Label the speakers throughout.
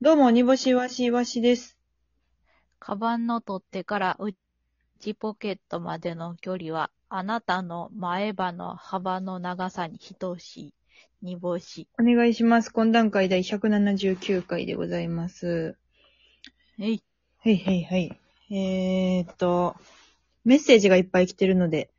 Speaker 1: どうも、煮干しわしわしです。
Speaker 2: カバンの取っ手から内ポケットまでの距離は、あなたの前歯の幅の長さに等しい、煮干し。
Speaker 1: お願いします。懇談会第179回でございます。
Speaker 2: えい、
Speaker 1: はいはいはい。えーっと、メッセージがいっぱい来てるので、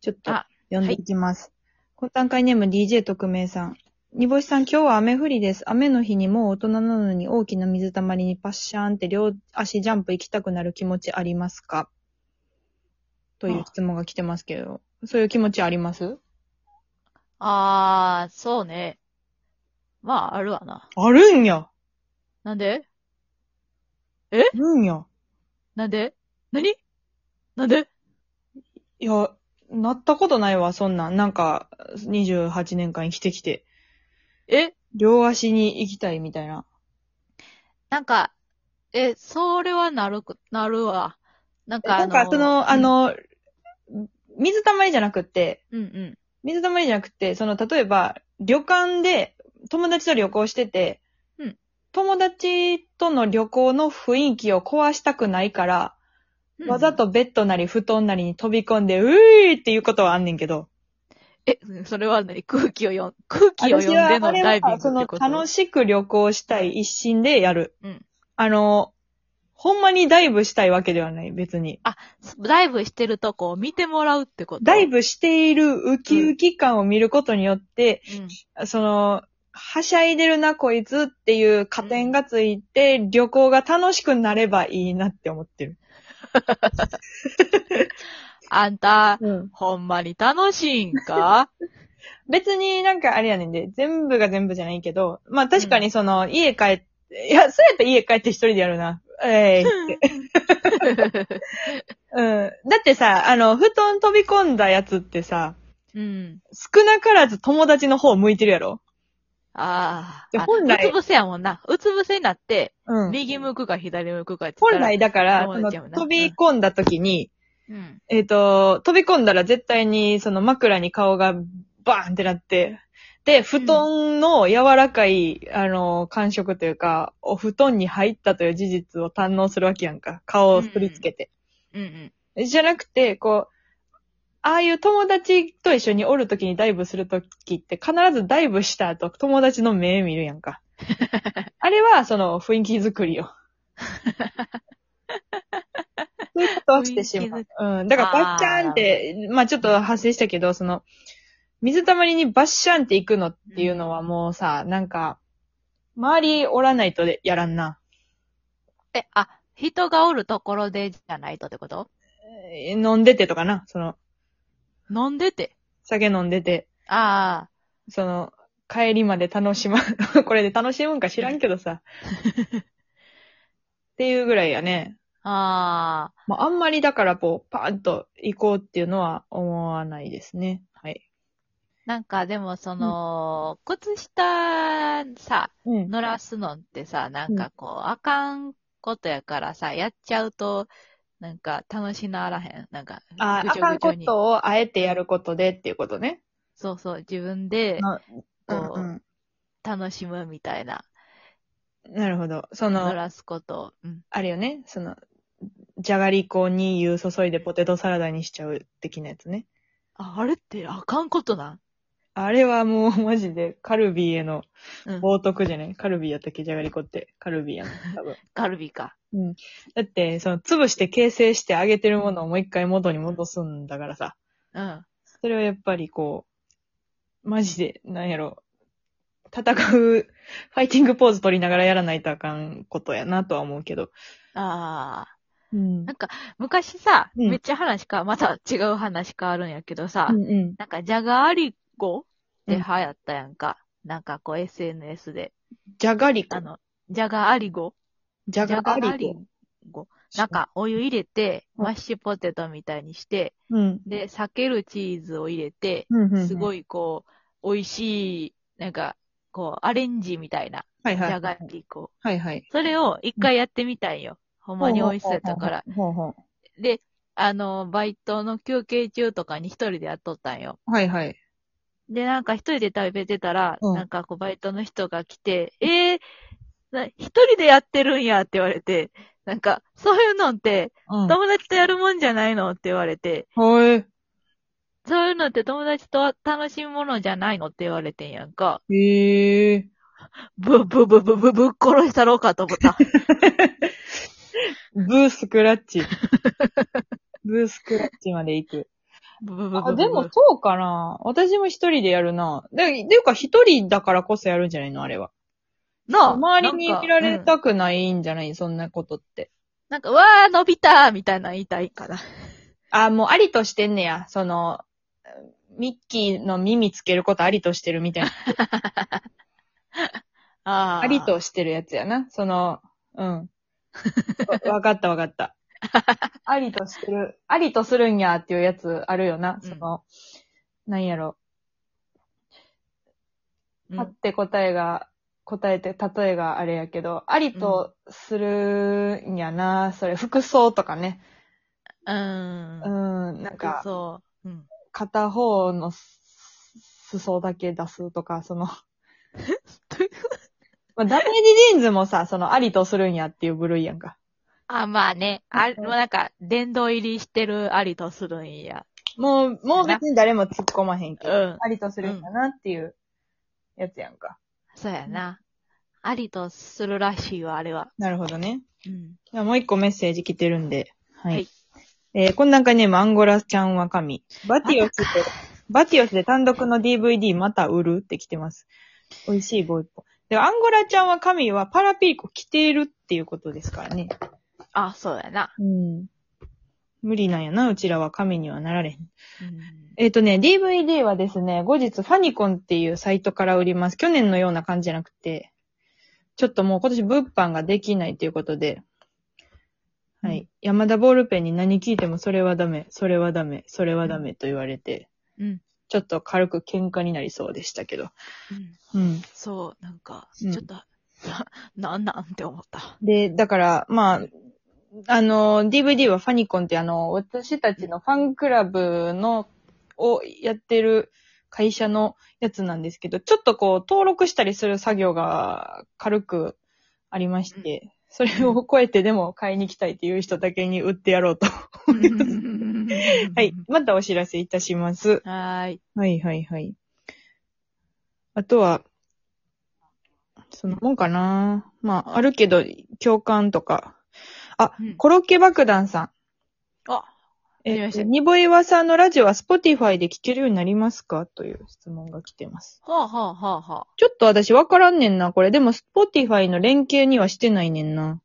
Speaker 1: ちょっと
Speaker 2: あ
Speaker 1: 読んでいきます。懇談会ネーム DJ 特命さん。煮干しさん、今日は雨降りです。雨の日にもう大人なのに大きな水たまりにパッシャーンって両足ジャンプ行きたくなる気持ちありますかという質問が来てますけど、そういう気持ちあります
Speaker 2: あー、そうね。まあ、あるわな。
Speaker 1: あるんや
Speaker 2: なんで
Speaker 1: あるんや
Speaker 2: なんで何なんで
Speaker 1: いや、なったことないわ、そんなん。なんか、28年間生きてきて。
Speaker 2: え
Speaker 1: 両足に行きたいみたいな。
Speaker 2: なんか、え、それはなるく、なるわ。なんか
Speaker 1: な
Speaker 2: あの、
Speaker 1: んか、その、あ、の、水たまりじゃなくって、
Speaker 2: うんうん。
Speaker 1: 水たまりじゃなくて、その、例えば、旅館で友達と旅行してて、
Speaker 2: うん
Speaker 1: 友達との旅行の雰囲気を壊したくないから、
Speaker 2: うん
Speaker 1: わざ。とベッドなり布団なりに飛び込んで、うーいっていうことはあんねんけど。
Speaker 2: え、それは何空気を読ん、空気を
Speaker 1: 私
Speaker 2: 読ん
Speaker 1: は
Speaker 2: で
Speaker 1: あ
Speaker 2: の
Speaker 1: れ
Speaker 2: ダイビング
Speaker 1: は、
Speaker 2: って
Speaker 1: その、
Speaker 2: こと
Speaker 1: 楽しく旅行したい一心でやる。
Speaker 2: うん
Speaker 1: あの、ほんまにダイブしたいわけではない、別に。
Speaker 2: ダイブしてるとこを見てもらうってこと
Speaker 1: ダイブしているウキウキ感を見ることによって、
Speaker 2: うん。
Speaker 1: その、はしゃいでるな、こいつっていう加点がついて、旅行が楽しくなればいいなって思ってる。
Speaker 2: あんた、ほんまに楽しいん か
Speaker 1: 別になんかあれやねんで、全部が全部じゃないけど、まあ確かにその、家帰って、いや、そうやったら家帰って一人でやるな。 ええって。うん。だってさ、あの、布団飛び込んだやつってさ、
Speaker 2: うん。
Speaker 1: 少なからず友達の方向いてるやろ
Speaker 2: あ
Speaker 1: で
Speaker 2: あ。
Speaker 1: 本来
Speaker 2: うつ伏せやもんな。うつ伏せになって、
Speaker 1: うん。
Speaker 2: 右向くか左向くかって言
Speaker 1: 本
Speaker 2: ったら。
Speaker 1: 来だから、そ
Speaker 2: 友
Speaker 1: の
Speaker 2: 達やもんな
Speaker 1: 飛び込んだ時に、
Speaker 2: うん。
Speaker 1: えっ、と、飛び込んだら絶対にその枕に顔がバーンってなって、で、布団の柔らかい、あの、感触というか、お布団に入ったという事実を堪能するわけやんか。顔をすりつけて。
Speaker 2: うんうん。
Speaker 1: じゃなくて、こう、ああいう友達と一緒におるときにダイブするときって必ずダイブした後友達の目見るやん か。あれはその雰囲気作りよ。そういうことはしてしま
Speaker 2: 雰囲
Speaker 1: う。うん。だからバッシャーンって、まあちょっと発生したけど、その、水たまりにバッシャーンって行くのっていうのはもうさ、なんか、周りおらないとでやらんな。
Speaker 2: え、あ、人がおるところでじゃないとってこと
Speaker 1: えー飲んでてとかな、その、
Speaker 2: 飲んでて。
Speaker 1: 酒飲んでて。
Speaker 2: ああ。
Speaker 1: その、帰りまで楽しま、 これで楽しむんか知らんけど さ。っていうぐらいやね。
Speaker 2: あ
Speaker 1: まあ、あんまりだからこう、パーンと行こうっていうのは思わないですね。はい。
Speaker 2: あ。なんかでもその、靴下さ、
Speaker 1: うん。
Speaker 2: 乗らすのってさ、なんかこう、あかんことやからさ、やっちゃうと、なんか楽しならへん。なんか、
Speaker 1: あ、
Speaker 2: ぐ
Speaker 1: あ
Speaker 2: ちょ
Speaker 1: かん
Speaker 2: ぐちょ
Speaker 1: こ
Speaker 2: に
Speaker 1: とをあえてやることでっていうことね。
Speaker 2: そうそう、自分で
Speaker 1: な
Speaker 2: こう
Speaker 1: うん
Speaker 2: 楽しむみたいな、
Speaker 1: うんなるほど。そ
Speaker 2: 乗
Speaker 1: の、
Speaker 2: らすことを。うん。
Speaker 1: あれよね。その、じゃがりこに湯注いでポテトサラダにしちゃう的なやつね。
Speaker 2: ああれってあかんことなん
Speaker 1: あれはもう マジでカルビーへの
Speaker 2: うん。
Speaker 1: 冒涜じゃないカルビーやったっけじゃがりこって。カルビーやん。多分。
Speaker 2: カルビか。
Speaker 1: うん。だって、その、潰して形成してあげてるものをもう一回元に戻すんだからさ。
Speaker 2: うん。
Speaker 1: それはやっぱりこう、マジで、なんやろ、戦う、ファイティングポーズ取りながらやらないとあかんことやなとは思うけど。
Speaker 2: ああ。
Speaker 1: うん
Speaker 2: なんか、昔さ、
Speaker 1: うん
Speaker 2: めっちゃ話か、また違う話変わるんやけどさ、
Speaker 1: うんうん。
Speaker 2: なんか、じゃがりこって流行ったやんか。なんかこう SNS で。
Speaker 1: じゃがりこ
Speaker 2: あ。の、じゃがありご
Speaker 1: じゃ
Speaker 2: じゃ
Speaker 1: が
Speaker 2: が
Speaker 1: り
Speaker 2: あ
Speaker 1: こ
Speaker 2: り。ご。なんか、お湯入れて、
Speaker 1: うん
Speaker 2: マッシュポテトみたいにして、
Speaker 1: うん。
Speaker 2: で、裂けるチーズを入れて、
Speaker 1: うん。うん。
Speaker 2: す
Speaker 1: い。
Speaker 2: ごいこう、美味しい、なんか、こう、アレンジみたいな、
Speaker 1: はい
Speaker 2: じ
Speaker 1: はい。
Speaker 2: ゃがりこ。
Speaker 1: はいはい。
Speaker 2: それを一回やってみたんよ。ほんまに美味しそうやったから。
Speaker 1: ほうほう。
Speaker 2: で、あの、バイトの休憩中とかに一人でやっとったんよ。
Speaker 1: はいはい。
Speaker 2: で、なんか一人で食べてたら、
Speaker 1: うん
Speaker 2: なんかこう、バイトの人が来て、えー、な一人でやってるんやって言われて、なんか、そういうのって、
Speaker 1: うん。
Speaker 2: 友達とやるもんじゃないのって言われて、
Speaker 1: はい。
Speaker 2: そういうのって友達と楽しむものじゃないのって言われてんやんか。
Speaker 1: へえ。
Speaker 2: ぶ、ぶ、ぶ、ぶ、ぶ、ぶっ殺したろうかと思 った。
Speaker 1: ブースクラッ チ。ブースクラッチまで行く。
Speaker 2: ぶ、ぶ、ぶ、
Speaker 1: あ、
Speaker 2: ぶ。
Speaker 1: でも、そうかな。私も一人でやるな。で、でいうか一人だからこそやるんじゃないのあれは。
Speaker 2: なあ
Speaker 1: 周りに
Speaker 2: なんか
Speaker 1: 見られ
Speaker 2: うん
Speaker 1: たくないんじゃない、そんなことって。
Speaker 2: なんか、わー、伸びたーみたいな言いたいかな。
Speaker 1: あ、もうありとしてんねや。その、ミッキーの耳つけることありとしてるみたいな。
Speaker 2: あー
Speaker 1: あり。としてるやつやな。その、うん。わ わかったわかった。ありとしてる。ありとするんやっていうやつあるよな。
Speaker 2: うん
Speaker 1: その、なんやろ。
Speaker 2: うん
Speaker 1: パって答えが、答えて、例えがあれやけど、ありとするんやな。それ、服装とかね。
Speaker 2: う。
Speaker 1: うんん、なんか、
Speaker 2: そう。うん。
Speaker 1: 片方のす裾だけ出すとか、その、まあ、ダメージジーンズもさ、その、ありとするんやっていう部類やんか。
Speaker 2: あ、まあね。あ、
Speaker 1: うん
Speaker 2: もうなんか、殿堂入りしてるありとするんや。
Speaker 1: もう、もう別に誰も突っ込まへんけ
Speaker 2: う
Speaker 1: ど、
Speaker 2: ん。
Speaker 1: ありとするんだなっていうやつやんか。
Speaker 2: そうやな。ありとするらしいわ、あれは。
Speaker 1: なるほどね。
Speaker 2: うん。
Speaker 1: じゃあもう一個メッセージ来てるんで。はい。
Speaker 2: はい
Speaker 1: えー、こんなんかね、アンゴラちゃんは神。バティオスで、バティオスで単独の DVD また売るって来てます。美味しい棒一本。で、アンゴラちゃんは神はパラピーコ着ているっていうことですからね。
Speaker 2: あ、そうやな。
Speaker 1: うん。無理なんやな、うちらは神にはなられへん。
Speaker 2: うん
Speaker 1: えっ、とね、DVD はですね、後日ファニコンっていうサイトから売ります。去年のような感じじゃなくて、ちょっともう今年物販ができないということで、はい。
Speaker 2: う
Speaker 1: 山田ボールペンに何聞いてもそれはダメ、それはダメ、それはダメと言われて、
Speaker 2: うん。
Speaker 1: ちょっと軽く喧嘩になりそうでしたけど。
Speaker 2: うん。
Speaker 1: うん。
Speaker 2: そう、なんか、ち
Speaker 1: う
Speaker 2: ょ
Speaker 1: ん
Speaker 2: っと、 な、なんなんって 思った。
Speaker 1: で、だから、まあ、あの、DVD はファニコンってあの、私たちのファンクラブの、をやってる会社のやつなんですけど、ちょっとこう、登録したりする作業が軽くありまして、それを超えてでも買いに来たいっていう人だけに売ってやろうと。
Speaker 2: は
Speaker 1: はい。。またお知らせいたします。
Speaker 2: はーい。
Speaker 1: はいはいはい。あとは、そのもんかな。まあ、あるけど、共感とか。あ、
Speaker 2: うん
Speaker 1: コロッケ爆弾さん。
Speaker 2: あ、
Speaker 1: え
Speaker 2: はじめま
Speaker 1: っ
Speaker 2: し
Speaker 1: と、
Speaker 2: て
Speaker 1: ニボイワさんのラジオは Spotify で聴けるようになりますかという質問が来てます。
Speaker 2: はあはあはあはあ。
Speaker 1: ちょっと私わからんねんな、これ。でも Spotify の連携にはしてないねんな。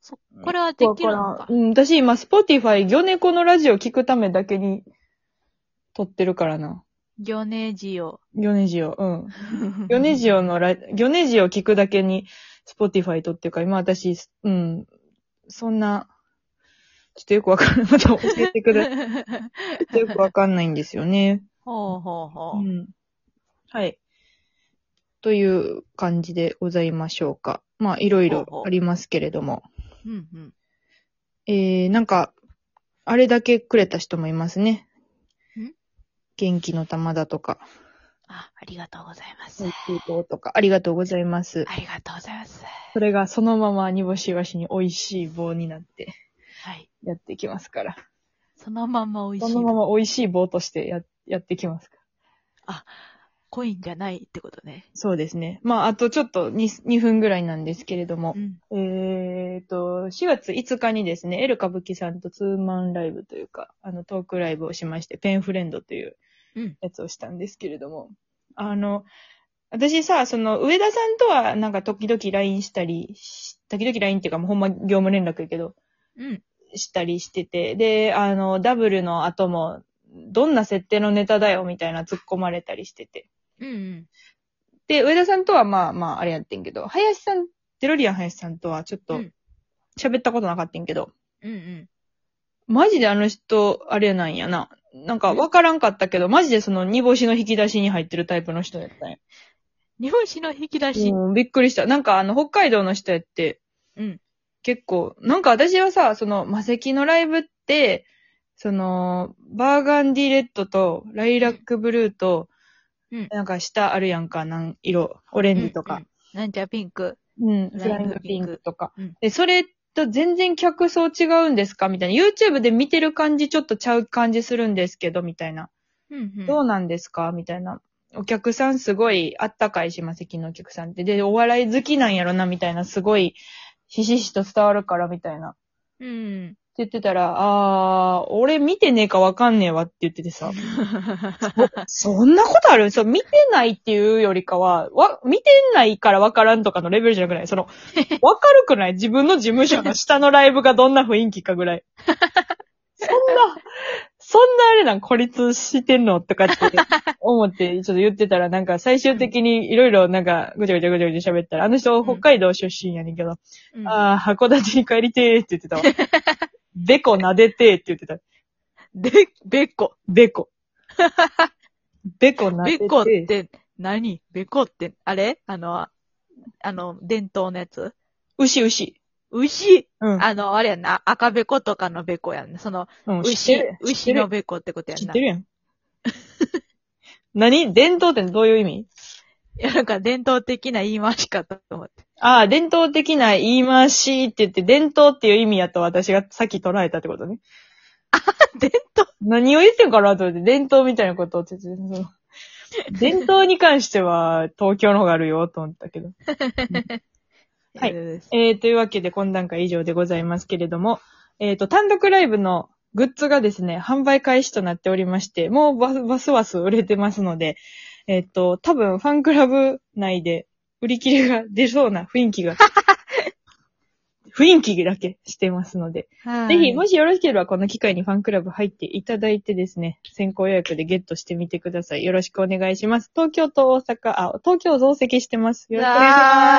Speaker 2: そ、これはできるの
Speaker 1: わか
Speaker 2: か
Speaker 1: ら。んうん、私今 Spotify 魚猫のラジオ聞くためだけに撮ってるからな。
Speaker 2: 魚ネジ オ。
Speaker 1: 魚ネジオ、うん。ギョネジオのラ、ギョネジオ聞くだけに、スポティファイとっていうか、今私、うん、そんな、ちょっとよくわからない。また教えてください。ちょっとよくわかんないんですよね。
Speaker 2: ほうほうほ
Speaker 1: う
Speaker 2: う。
Speaker 1: ん。はい。という感じでございましょうか。まあ、いろいろありますけれども。
Speaker 2: うんうん。
Speaker 1: えー、なんか、あれだけくれた人もいますね
Speaker 2: ん。
Speaker 1: 元気の玉だとか、
Speaker 2: あ、ありがとうございます。
Speaker 1: 水筒とか、ありがとうございます。
Speaker 2: ありがとうございます。
Speaker 1: それがそのまま煮干しわしに美味しい棒になって。
Speaker 2: はい。
Speaker 1: やっていきますから。
Speaker 2: そのまんま美味
Speaker 1: そ
Speaker 2: しい
Speaker 1: の。まま美味しい棒としてや、やっていきますから。
Speaker 2: コインじゃないってことね。
Speaker 1: そうですね。まあ、あとちょっと 2, 2分ぐらいなんですけれども
Speaker 2: う、ん。
Speaker 1: えーと、4月5日にですね、エル歌舞伎さんとツーマンライブというか、あの、トークライブをしまして、ペンフレンドという
Speaker 2: うん。
Speaker 1: やつをしたんですけれども、あの、私さ、その、上田さんとはなんか時々 LINE したりし、時々 LINE っていうかもうほんま業務連絡やけど、
Speaker 2: うん。
Speaker 1: したりしてて、で、あの、ダブルの後も、どんな設定のネタだよみたいな突っ込まれたりしてて。
Speaker 2: うんうん。
Speaker 1: で、上田さんとはまあまあ、あれやってんけど、林さん、デロリアン林さんとはちょっ
Speaker 2: う
Speaker 1: と
Speaker 2: ん
Speaker 1: 喋ったことなかったんけど、
Speaker 2: うんうん。
Speaker 1: マジであの人、あれなんやな。なんかわからんかったけど、マジでその煮干しの引き出しに入ってるタイプの人やったんや。
Speaker 2: 日本史の引き出し。
Speaker 1: うんびっくりした。なんかあの、北海道の人やって、
Speaker 2: うん。
Speaker 1: 結構、なんか私はさ、その、魔石のライブって、その、バーガンディレッドと、ライラックブルーと、
Speaker 2: うん
Speaker 1: なんか下あるやんか、なん色、オレンジとか。
Speaker 2: うんなんちゃらピンク。
Speaker 1: うん、
Speaker 2: フ
Speaker 1: フラ
Speaker 2: ライ
Speaker 1: イン
Speaker 2: ン
Speaker 1: グ
Speaker 2: グ
Speaker 1: ピ
Speaker 2: ピ
Speaker 1: ン
Speaker 2: ン
Speaker 1: ク
Speaker 2: ク
Speaker 1: とか
Speaker 2: うん。
Speaker 1: で、それと全然客層違うんですかみたいな。YouTube で見てる感じちょっとちゃう感じするんですけど、みたいな。
Speaker 2: うんうん。
Speaker 1: どうなんですかみたいな。お客さんすごいあったかい島関のお客さんって。で、お笑い好きなんやろな、みたいな。すごい、ひしひしと伝わるから、みたいな。って
Speaker 2: うん。
Speaker 1: 言ってたら、あー、俺見てねえかわかんねえわって言っててさ。そんなことあるそう、見てないっていうよりかは、わ、見てないからわからんとかのレベルじゃなくないそ の、わかるくない自分の事務所の下のライブがどんな雰囲気かぐらい。そんな、そんなあれなん、孤立してんのとかって思って、ちょっと言ってたら、なんか最終的にいろいろなんか、ぐちゃぐちゃぐちゃぐちゃ喋ったら、あの人北海道出身やねんけど、
Speaker 2: うん
Speaker 1: ああ、函館に帰りてーって言っ てたわ。でこ撫でてーって言ってた。
Speaker 2: で、べっこ。
Speaker 1: べ こ。べこな
Speaker 2: べ
Speaker 1: で。
Speaker 2: っこってて、何べっこって、あれあの、あの、伝統のやつ
Speaker 1: 牛牛。
Speaker 2: 牛、
Speaker 1: うん。
Speaker 2: あの、あれやんな、赤べことかのべこやんな。その、
Speaker 1: うん、知ってる、知って
Speaker 2: 牛牛
Speaker 1: る
Speaker 2: のべこってことや
Speaker 1: 知
Speaker 2: ん
Speaker 1: っ
Speaker 2: な。
Speaker 1: て
Speaker 2: い
Speaker 1: るやん。何伝統ってどういう意味
Speaker 2: や、なんか伝統的な言い回しかと思って。
Speaker 1: ああ、伝統的な言い回しって言って、伝統っていう意味やと私がさっき捉えたってこと ね。
Speaker 2: 伝統
Speaker 1: 何を言ってんかなと思って、伝統みたいなことをって言 ってその伝統に関しては東京の方があるよと思ったけど。はい
Speaker 2: えー
Speaker 1: えー、というわけで、懇談会以上でございますけれども、えっ、と、単独ライブのグッズがですね、販売開始となっておりまして、もうバスバスバス売れてますので、えっ、と、多分ファンクラブ内で売り切れが出そうな雰囲気 が、雰囲気だけしてますので、
Speaker 2: はい
Speaker 1: ぜひ、もしよろしければ、この機会にファンクラブ入っていただいてですね、先行予約でゲットしてみてください。よろしくお願いします。東京と大阪、あ、東京増席してます。よろしくお願いします。